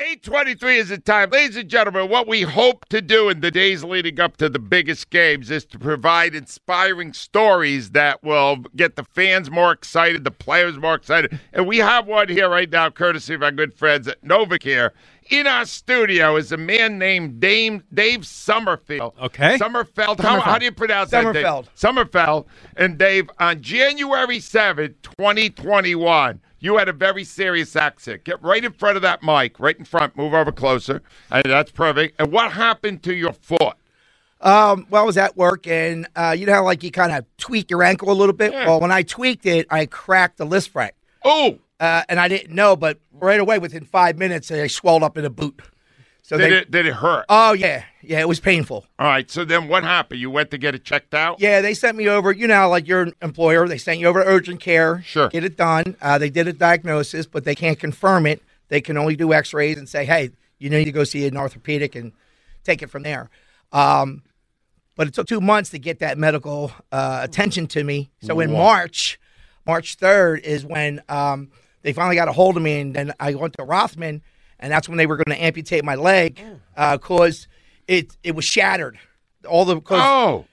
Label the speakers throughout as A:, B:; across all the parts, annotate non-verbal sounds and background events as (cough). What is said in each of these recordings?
A: 823 is the time. Ladies and gentlemen, what we hope to do in the days leading up to the biggest games is to provide inspiring stories that will get the fans more excited, the players more excited. And we have one here right now, courtesy of our good friends at Novacare. In our studio is a man named Dame, Dave Summerfield.
B: Okay.
A: Summerfeld. How, how do you pronounce
B: Sommerfeld.
A: that? Dave? Summerfeld. And Dave, on January seventh, 2021, you had a very serious accident. Get right in front of that mic, right in front. Move over closer. And that's perfect. And what happened to your foot?
B: Um, well, I was at work, and uh, you know how like you kind of tweak your ankle a little bit. Well, when I tweaked it, I cracked the lisfranc,
A: Oh,
B: uh, and I didn't know, but right away, within five minutes, I swelled up in a boot. So
A: did
B: they,
A: it did it hurt?
B: oh yeah, yeah, it was painful.
A: All right. So then what happened? You went to get it checked out?
B: Yeah, they sent me over. You know, how, like your employer, they sent you over to urgent care.
A: Sure.
B: get it done. Uh, they did a diagnosis, but they can't confirm it. They can only do X-rays and say, "Hey, you need to go see an orthopedic and take it from there." Um, but it took two months to get that medical uh, attention to me. So in March, March third is when um, they finally got a hold of me, and then I went to Rothman, and that's when they were going to amputate my leg
A: Oh.
B: because it it was shattered. All the cause
A: Oh.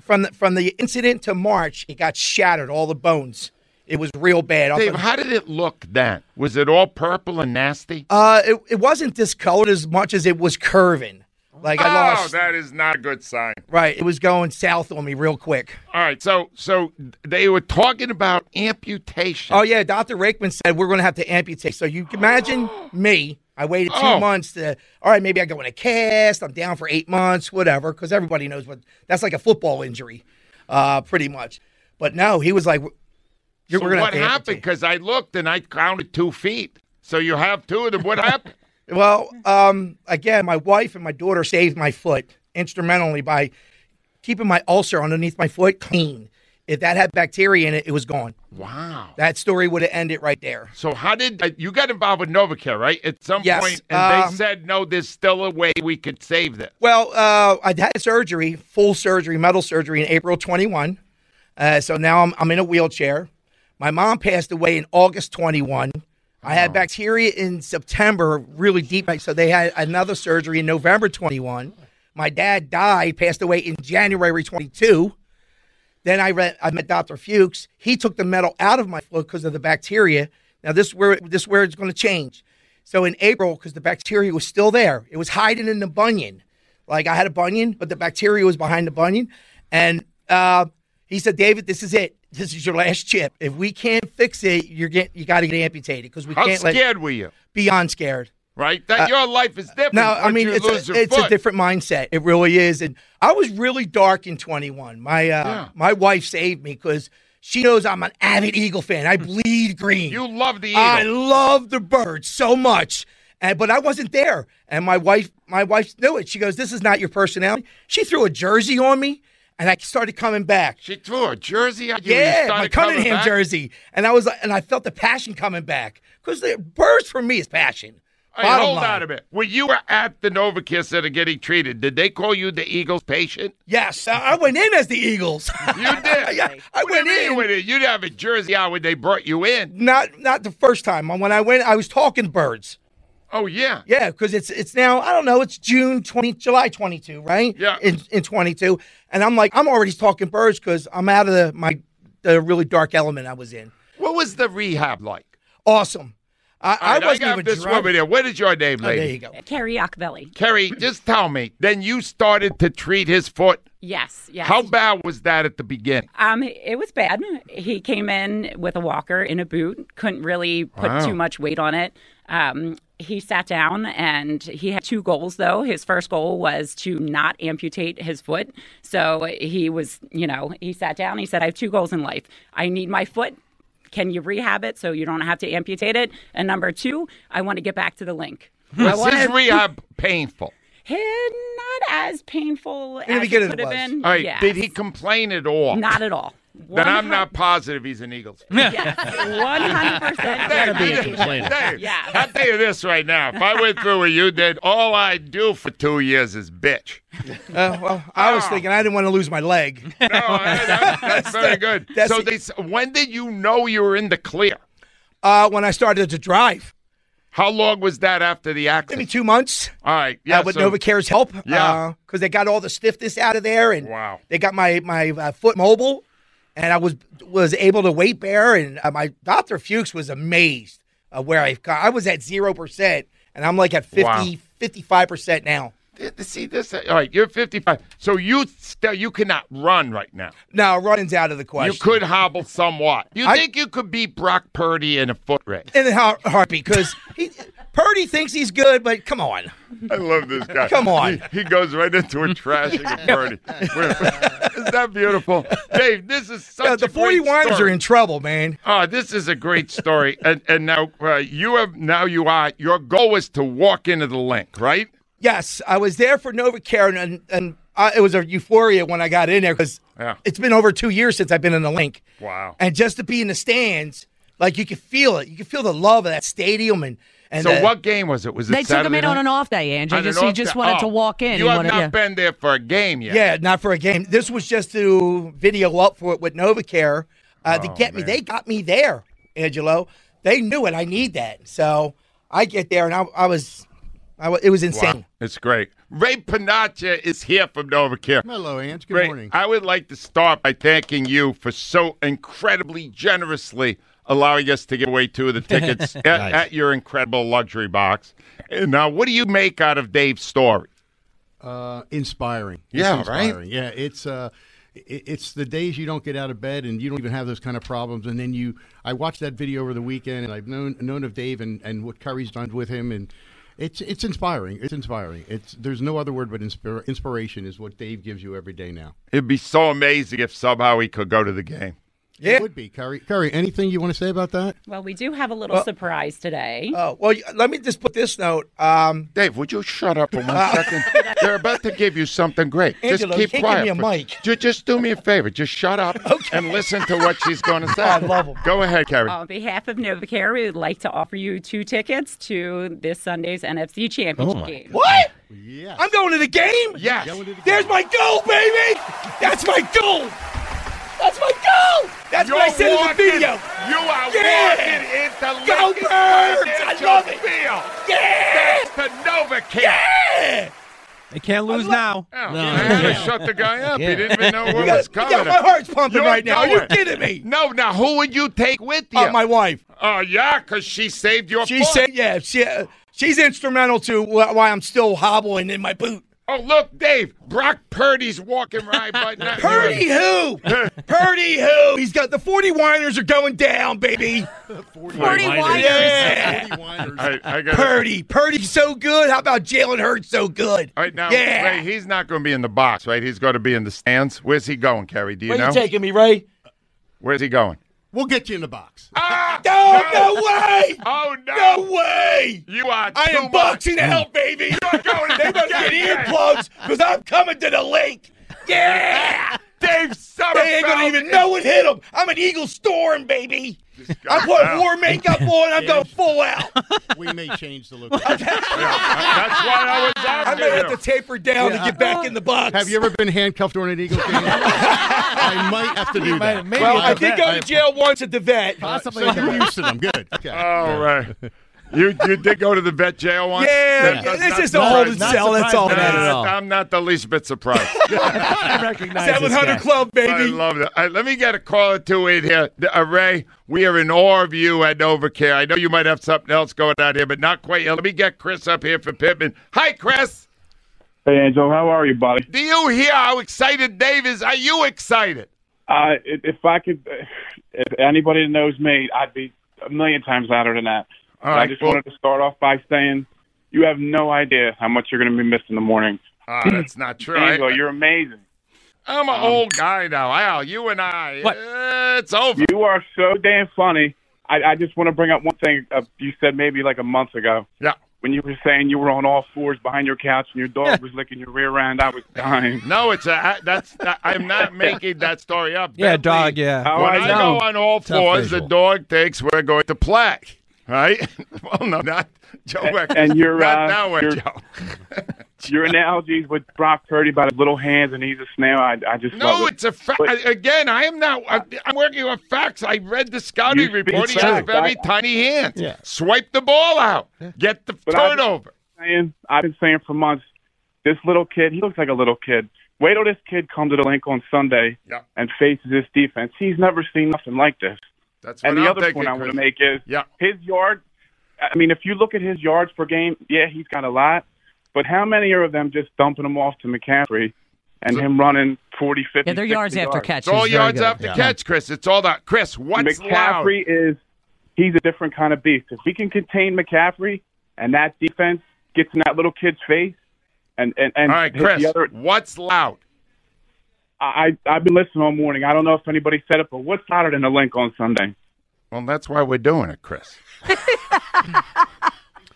B: from the, from the incident to March, it got shattered, all the bones. It was real bad. Up
A: Dave,
B: in-
A: how did it look then? Was it all purple and nasty?
B: uh, it, it wasn't discolored as much as it was curving. Like I
A: oh,
B: lost,
A: that is not a good sign.
B: right? It was going south on me real quick.
A: All right, so so they were talking about amputation.
B: Oh yeah, Doctor Rakeman said we're going to have to amputate. So you
A: (gasps)
B: can imagine me. I waited two
A: Oh.
B: months to. All right, maybe I go in a cast. I'm down for eight months, whatever. Because everybody knows what that's like a football injury, uh, pretty much. But no, he was like,
A: so
B: "You're going to
A: what
B: have to
A: happened?
B: amputate."
A: Because I looked and I counted two feet. So you have two of them.
B: (laughs)
A: What happened?
B: Well, um, again, my wife and my daughter saved my foot instrumentally by keeping my ulcer underneath my foot clean. If that had bacteria in it, it was gone.
A: Wow.
B: That story would have ended right there.
A: So how did uh, you got involved with Novacare, right? At some
B: Yes,
A: point, and
B: um,
A: they said no. There's still a way we could save this.
B: Well, uh, I had surgery, full surgery, metal surgery in April 21. Uh, so now I'm, I'm in a wheelchair. My mom passed away in August 21. I had bacteria in September, really deep. So they had another surgery in November 21. My dad died, passed away in January 22. Then I read, I met Dr. Fuchs. He took the metal out of my foot because of the bacteria. Now this where this where it's going to change. So in April, because the bacteria was still there, it was hiding in the bunion. Like I had a bunion, but the bacteria was behind the bunion. And uh, he said, David, this is it. This is your last chip. If we can't fix it, you're get you got to get amputated because we
A: How
B: can't
A: scared
B: let
A: were you?
B: beyond scared.
A: Right? That your life is different.
B: No, I
A: once
B: mean
A: you
B: it's,
A: lose
B: a,
A: your
B: it's a
A: foot.
B: different mindset. It really is. And I was really dark in 21. My uh,
A: Yeah.
B: my wife saved me because she knows I'm an avid Eagle fan. I bleed green.
A: Hmm. You love the
B: I
A: Eagles.
B: love the birds so much. And but I wasn't there. And my wife my wife knew it. She goes, "This is not your personality." She threw a jersey on me, and I started coming back.
A: She threw a jersey on you. and you
B: Yeah, my
A: started coming
B: Cunningham
A: back?
B: jersey, and I was like, and I felt the passion coming back because the birds for me is passion.
A: Hey,
B: Bottom
A: hold
B: line.
A: on a minute. When you were at the Novacare Center getting treated, did they call you the Eagles patient?
B: Yes, I I went in as the Eagles.
A: You did.
B: (laughs) yeah, I
A: What do you mean
B: went
A: You
B: in.
A: went in. You didn't have a jersey on when they brought you in.
B: Not not the first time. When I went, I was talking birds.
A: Oh yeah.
B: Yeah, because it's it's now I don't know. It's June twenty, July twenty two, right?
A: Yeah.
B: In in twenty two, and I'm like I'm already talking birds because I'm out of the my the really dark element I was in.
A: What was the rehab like?
B: Awesome. I,
A: All right,
B: I wasn't
A: got
B: even
A: this
B: drunk.
A: woman here. What is your name,
B: Oh, there
A: lady?
B: you go.
C: Carrie Acapelli.
A: Kerry, just tell me. Then you started to treat his foot.
C: Yes, yes.
A: How bad was that at the beginning?
C: Um, it was bad. He came in with a walker in a boot, couldn't really put
A: Wow.
C: too much weight on it. Um, he sat down and he had two goals, though. His first goal was to not amputate his foot. So he was, you know, he sat down. He said, I have two goals in life. I need my foot. Can you rehab it so you don't have to amputate it? And number two, I want to get back to the link. I
A: Was
C: want
A: his rehab painful?
C: not as painful
B: the
C: as it
B: beginning
C: could
B: it
C: have
B: was.
C: been.
A: All right.
C: Yes.
A: Did he complain at all?
C: Not at all.
A: Then I'm
C: 100
A: not positive he's an Eagles fan.
C: One
A: Dave,
C: hundred percent.
A: Dave, Dave,
C: Yeah.
A: I'll tell you this right now. If I went through what you did, all I do for two years is bitch.
B: Uh, well, I
A: Ah.
B: was thinking I didn't want to lose my leg.
A: No, I- that- that's very good.
B: That's
A: so
B: the-
A: they, s- when did you know you were in the clear?
B: Uh, when I started to drive,
A: How long was that after the
B: maybe
A: accident?
B: two months.
A: All right.
B: Yeah,
A: Yeah.
B: uh, with
A: so-
B: NovaCare's help.
A: Yeah.
B: because they got all the stiffness out of there, and
A: Wow.
B: they got my my uh, foot mobile, and I was was able to weight bear, and uh, my Doctor Fuchs was amazed uh, where I've got. I was at zero percent, and I'm like at 50,
A: Wow.
B: 55 percent now.
A: Th- See this? All right, you're 55. So you still you cannot run right now.
B: No, running's out of the question.
A: You could hobble somewhat. You
B: I-
A: think you could beat Brock Purdy in a foot race?
B: in the har- heartbeat because he Purdy thinks he's good, but come on,
A: (laughs)
B: Uh,
A: I love this guy.
B: Come on.
A: He, he goes right into a (laughs) trashing of Purdy. We're- (laughs) Isn't that beautiful? Dave, this is such
B: Uh, the
A: a great
B: Forty Winers
A: story.
B: are in trouble, man.
A: Oh, this is a great story. and and now uh, you have now you are your goal was to walk into the link, right?
B: Yes, I was there for NovaCare, and and I, it was a euphoria when I got in there because
A: Yeah.
B: it's been over two years since I've been in the link.
A: Wow.
B: And just to be in the stands, like you could feel it, you could feel the love of that stadium, and and
A: So
B: the-
A: what game was it? Was it
D: They took him
A: Saturday
D: in on
A: night?
D: an off day, Andrew.
A: On an
D: Just, he
A: off
D: just
A: day?
D: wanted
A: Oh,
D: to walk in.
A: You
D: he
A: have
D: wanted,
A: not
D: yeah.
A: been there for a game yet.
B: Yeah, not for a game. This was just to video up for it with NovaCare uh,
A: Oh,
B: to get me. They got me there, Angelo. They knew it. I need that. So I get there, and I, I was, I, wa- it was insane.
A: Wow, it's great. Ray Panaccia is here from NovaCare.
E: Hello, Ange. Good
A: Ray,
E: morning.
A: I would like to start by thanking you for so incredibly generously allowing us to give away two of the
E: (laughs)
A: tickets at, at your incredible luxury box. And now, what do you make out of Dave's story?
E: Uh, inspiring. It's
A: Yeah, right?
E: inspiring. Yeah, it's uh, it, it's the days you don't get out of bed and you don't even have those kind of problems, and then you. I watched that video over the weekend, and I've known known of Dave and and what Curry's done with him, and it's it's inspiring. It's inspiring. It's there's no other word but inspir- inspiration is what Dave gives you every day now.
A: It'd be so amazing if somehow he could go to the game.
B: Yeah.
E: It would be Curry. Curry, anything you want to say about that?
C: Well, we do have a little surprise today.
D: Uh,
B: Oh well, you- let me just put this note. Um,
A: Dave, would you shut up for one
B: (laughs)
A: second? They're about to give you something great.
B: Angelo,
A: just
B: you
A: keep
B: can't give
A: quiet.
B: me a
A: for-
B: mic.
A: Ju- just do me a favor. Just shut
B: (laughs)
A: up and listen to what she's going to say. I
B: love 'em.
A: Go ahead, Carrie.
C: On behalf of NovaCare, we would like to offer you two tickets to this Sunday's NFC
D: Oh
C: Championship game.
B: what?
E: Yeah.
B: I'm going to the game.
A: yes.
B: There's my goal, baby. That's my goal. That's my goal. That's what I said in the
A: walking-
B: video.
A: You are
B: Yeah.
A: walking into
B: Go
A: Lincoln
B: Birds! I
A: Financial
B: love it.
A: Field.
B: Yeah.
A: Thanks to Novacare.
B: Yeah.
F: They can't lose now.
A: Oh, man, I shut the guy up. He didn't even
B: (laughs)
A: know what was
B: Yeah,
A: coming.
B: my heart's pumping
A: You
B: right now.
A: know
B: Are you
A: it. (laughs)
B: kidding me?
A: No, now who would you take with you?
B: Uh, my wife.
A: Oh, yeah, because she saved your
B: She
A: butt.
B: said, "Yeah, she uh, she's instrumental to wh- why I'm still hobbling in my boot."
A: Oh, look, Dave. Brock Purdy's walking right
B: (laughs)
A: by now.
B: Purdy who?
A: (laughs)
B: Purdy who? He's got the 40 whiners are going down,
A: (laughs)
B: baby.
D: Forty Winers.
B: Yeah. (laughs)
A: I, I got
B: Purdy, Purdy's so good. How about Jalen Hurts so good?
A: All right, now,
B: yeah.
A: Ray, he's not going to be in the box, right? He's going to be in the stands. Where's he going, Kerry? Do you
B: Where
A: know?
B: you taking me, Ray?
A: Where's he going?
E: We'll get you in the box.
A: Ah,
B: No, no way!
A: Oh, no.
B: No way!
A: You are
B: I
A: too
B: am
A: much.
B: boxing out, baby.
A: You're going to
B: They
A: the
B: better
A: (laughs)
B: get
A: game.
B: earplugs because I'm coming to the lake.
A: (laughs)
B: Yeah.
A: Dave Summerfeld.
B: They ain't gonna even know what hit them. I'm an Eagle Storm, baby.
A: Wow.
B: I put war makeup on.
A: (laughs)
B: I'm going full out.
E: we may change the location.
A: That's why I was out
B: I'm gonna
A: there.
B: have to taper down to get back in the box.
E: Have you ever been handcuffed during an Eagle game? I might have to do that.
F: maybe
B: Well,
F: at
B: I
F: the
B: did
F: vet.
B: go to jail once at the vet.
A: Oh.
E: Possibly. So you're used to them. Good. Okay.
A: All right. You you did go to the vet jail once?
G: Yeah,
A: That-
G: yeah,
A: that's
G: it's
A: not
G: just a hold
A: surprising.
G: and sell,
A: Not
G: that's all
A: surprising.
G: it is.
A: Nah, I'm not the least bit surprised.
B: (laughs)
G: I recognize
B: Seven hundred club,
A: I
B: baby.
A: love that. All right, let me get a caller to it here. The- uh, Ray, we are in awe of you at Overcare. I know you might have something else going on here, but not quite yet. Let me get Chris up here for Pittman. Hi, Chris.
H: Hey, Angel, how are you, buddy?
A: Do you hear how excited Dave is? Are you excited?
H: Uh, if if I could, if anybody knows me, I'd be a million times louder than that.
A: All
H: I
A: right,
H: just
A: well-
H: wanted to start off by saying you have no idea how much you're going to be missed in the morning.
A: Ah, that's not true. I-
H: Angel, you're amazing.
A: I'm an old guy now. Al, you and I,
F: What?
A: uh, it's over.
H: You are so damn funny. I, I just want to bring up one thing uh, you said maybe like a month ago
A: yeah.
H: when you were saying you were on all fours behind your couch and your dog was licking your rear end. I was
A: (laughs)
H: dying.
A: No, it's a, I- that's I'm (laughs) not making that story up.
F: Yeah,
A: Bentley,
F: dog. Yeah.
H: How
A: When
H: I
A: I go
H: know.
A: on all
F: Tough
A: fours, the
F: visual.
A: dog thinks we're going to play. Right? (laughs) well, no, not Joe. Weck.
H: and you're,
A: not
H: uh,
A: that way,
H: you're- (laughs)
A: Joe.
H: Your analogies with Brock Purdy by his little hands and he's a snail. I, I just
A: No,
H: love it.
A: it's a fact.
H: But-
A: Again, I am not. I'm, I'm working on facts. I read the scouting
H: You speak
A: report. He has
H: facts.
A: very
H: I-
A: tiny hands.
F: Yeah.
A: Swipe the ball out. Get the
H: But I-
A: turnover.
H: saying, I've been saying for months, this little kid, he looks like a little kid. Wait till this kid comes to the link on Sunday
A: Yeah.
H: and faces this defense. He's never seen nothing like this.
A: That's what
H: And the
A: I'm
H: other
A: thinking,
H: point I want
A: Chris.
H: to make is
A: Yeah.
H: his yard. I mean, if you look at his yards per game, yeah, he's got a lot. But how many are of them just dumping him off to McCaffrey and him running 40, 50,
D: Yeah, their yards
H: 60
D: after catch.
A: It's all
D: is very
A: yards
D: good.
A: after catch, Chris. It's all that. Chris, what's loud?
H: McCaffrey is he's a different kind of beast. If we can contain McCaffrey and that defense gets in that little kid's face, and and and
A: All right,
H: hit
A: Chris,
H: the other,
A: what's loud?
H: I I- I've been listening all morning. I don't know if anybody said it, but what's hotter than a link on Sunday?
A: Well, that's why we're doing it, Chris.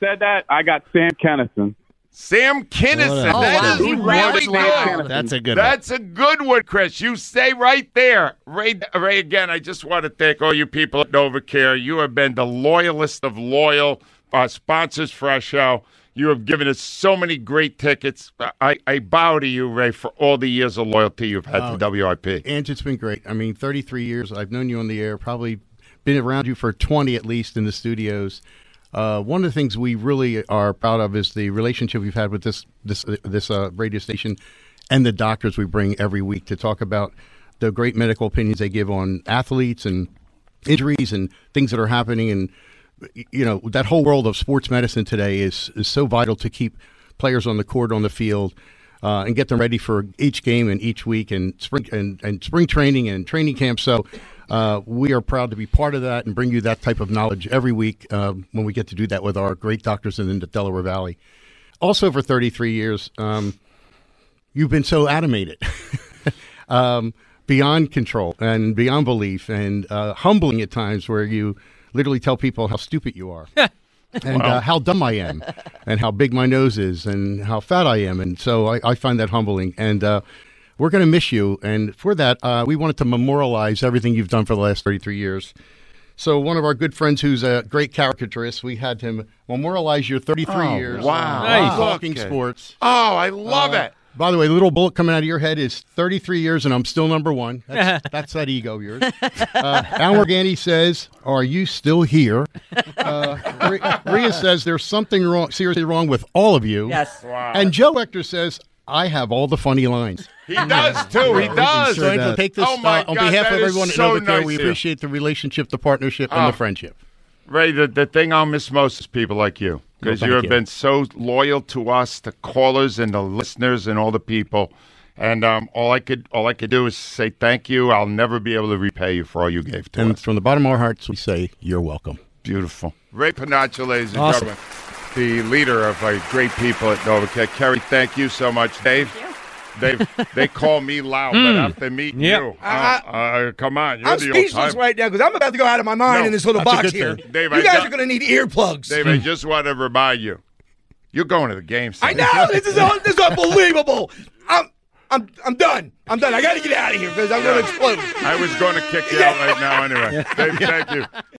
H: Said that I got Sam Kennison.
A: Sam Kinnison.
F: Oh,
A: That
D: wow.
A: is
D: He raps
A: really
D: loud.
A: good.
H: That's
F: a good
A: That's a good one, Chris. You stay right there. Ray, Ray, again, I just want to thank all you people at NovaCare. You have been the loyalist of loyal uh, sponsors for our show. You have given us so many great tickets. I, I bow to you, Ray, for all the years of loyalty you've had to WIP.
E: And it's been great. I mean, 33 years. I've known you on the air, probably been around you for 20 at least in the studios. Uh, one of the things we really are proud of is the relationship we've had with this this this uh, radio station and the doctors we bring every week to talk about the great medical opinions they give on athletes and injuries and things that are happening and you know that whole world of sports medicine today is is so vital to keep players on the court on the field uh, and get them ready for each game and each week and spring and, and spring training and training camp so uh, we are proud to be part of that and bring you that type of knowledge every week um, when we get to do that with our great doctors in the Delaware Valley also for 33 years um, you've been so animated (laughs) um, beyond control and beyond belief and uh, humbling at times where you literally tell people how stupid you are and uh, how dumb I am and how big my nose is and how fat I am. And so I, I find that humbling. And uh, we're going to miss you. And for that, uh, we wanted to memorialize everything you've done for the last 33 years. So one of our good friends who's a great caricaturist, we had him memorialize your 33 years
A: wow.
E: of
F: Nice.
E: talking sports.
A: Oh, I love it.
E: By the way, little bullet coming out of your head is 33 years, and I'm still number one. That's, that's that ego of yours. Uh, Al Morgani says, "Are you still here?" Uh, Rhea- Rhea says, "There's something wrong, seriously wrong with all of you."
D: Yes.
E: And Joe Ector says, "I have all the funny lines."
A: He does,
E: (laughs)
A: too. He does.
E: So Angel, take this
A: Oh, my
E: uh, on
A: God,
E: behalf
A: that
E: of
A: is
E: everyone
A: so
E: at Novacare.
A: nice
E: we
A: of you.
E: appreciate the relationship, the partnership, and the friendship.
A: Ray, the, the thing I'll miss most is people like you because
E: thank
A: you have
E: you.
A: been so loyal to us, the callers and the listeners and all the people. And um, all I could all I could do is say thank you. I'll never be able to repay you for all you gave to
E: And
A: us.
E: from the bottom of our hearts, we say, "You're welcome."
A: Beautiful. Ray Panaccio, ladies and
F: Awesome.
A: gentlemen, the leader of our great people at Novacare. Kerry, thank you so much, Dave. Dave, they call me loud, but after meeting
F: Yep.
A: you, uh,
B: I-
A: uh, come on, you're
B: Hmm. Uh-huh. I'm
A: the old
B: speechless
A: time.
B: right now because I'm about to go out of my mind
A: No,
B: in this little
E: that's a
B: box
E: good
B: here.
E: thing.
A: Dave,
B: you
A: I
B: guys
A: got-
B: are going to need earplugs.
A: Dave, I just want to remind you, you're going to the game.
B: Hmm. I
A: Sunday.
B: know this is un- this is unbelievable. I'm I'm I'm done. I'm done. I got to get out of here because I'm going to explode.
A: I was going to kick you out right now anyway. Dave, thank you.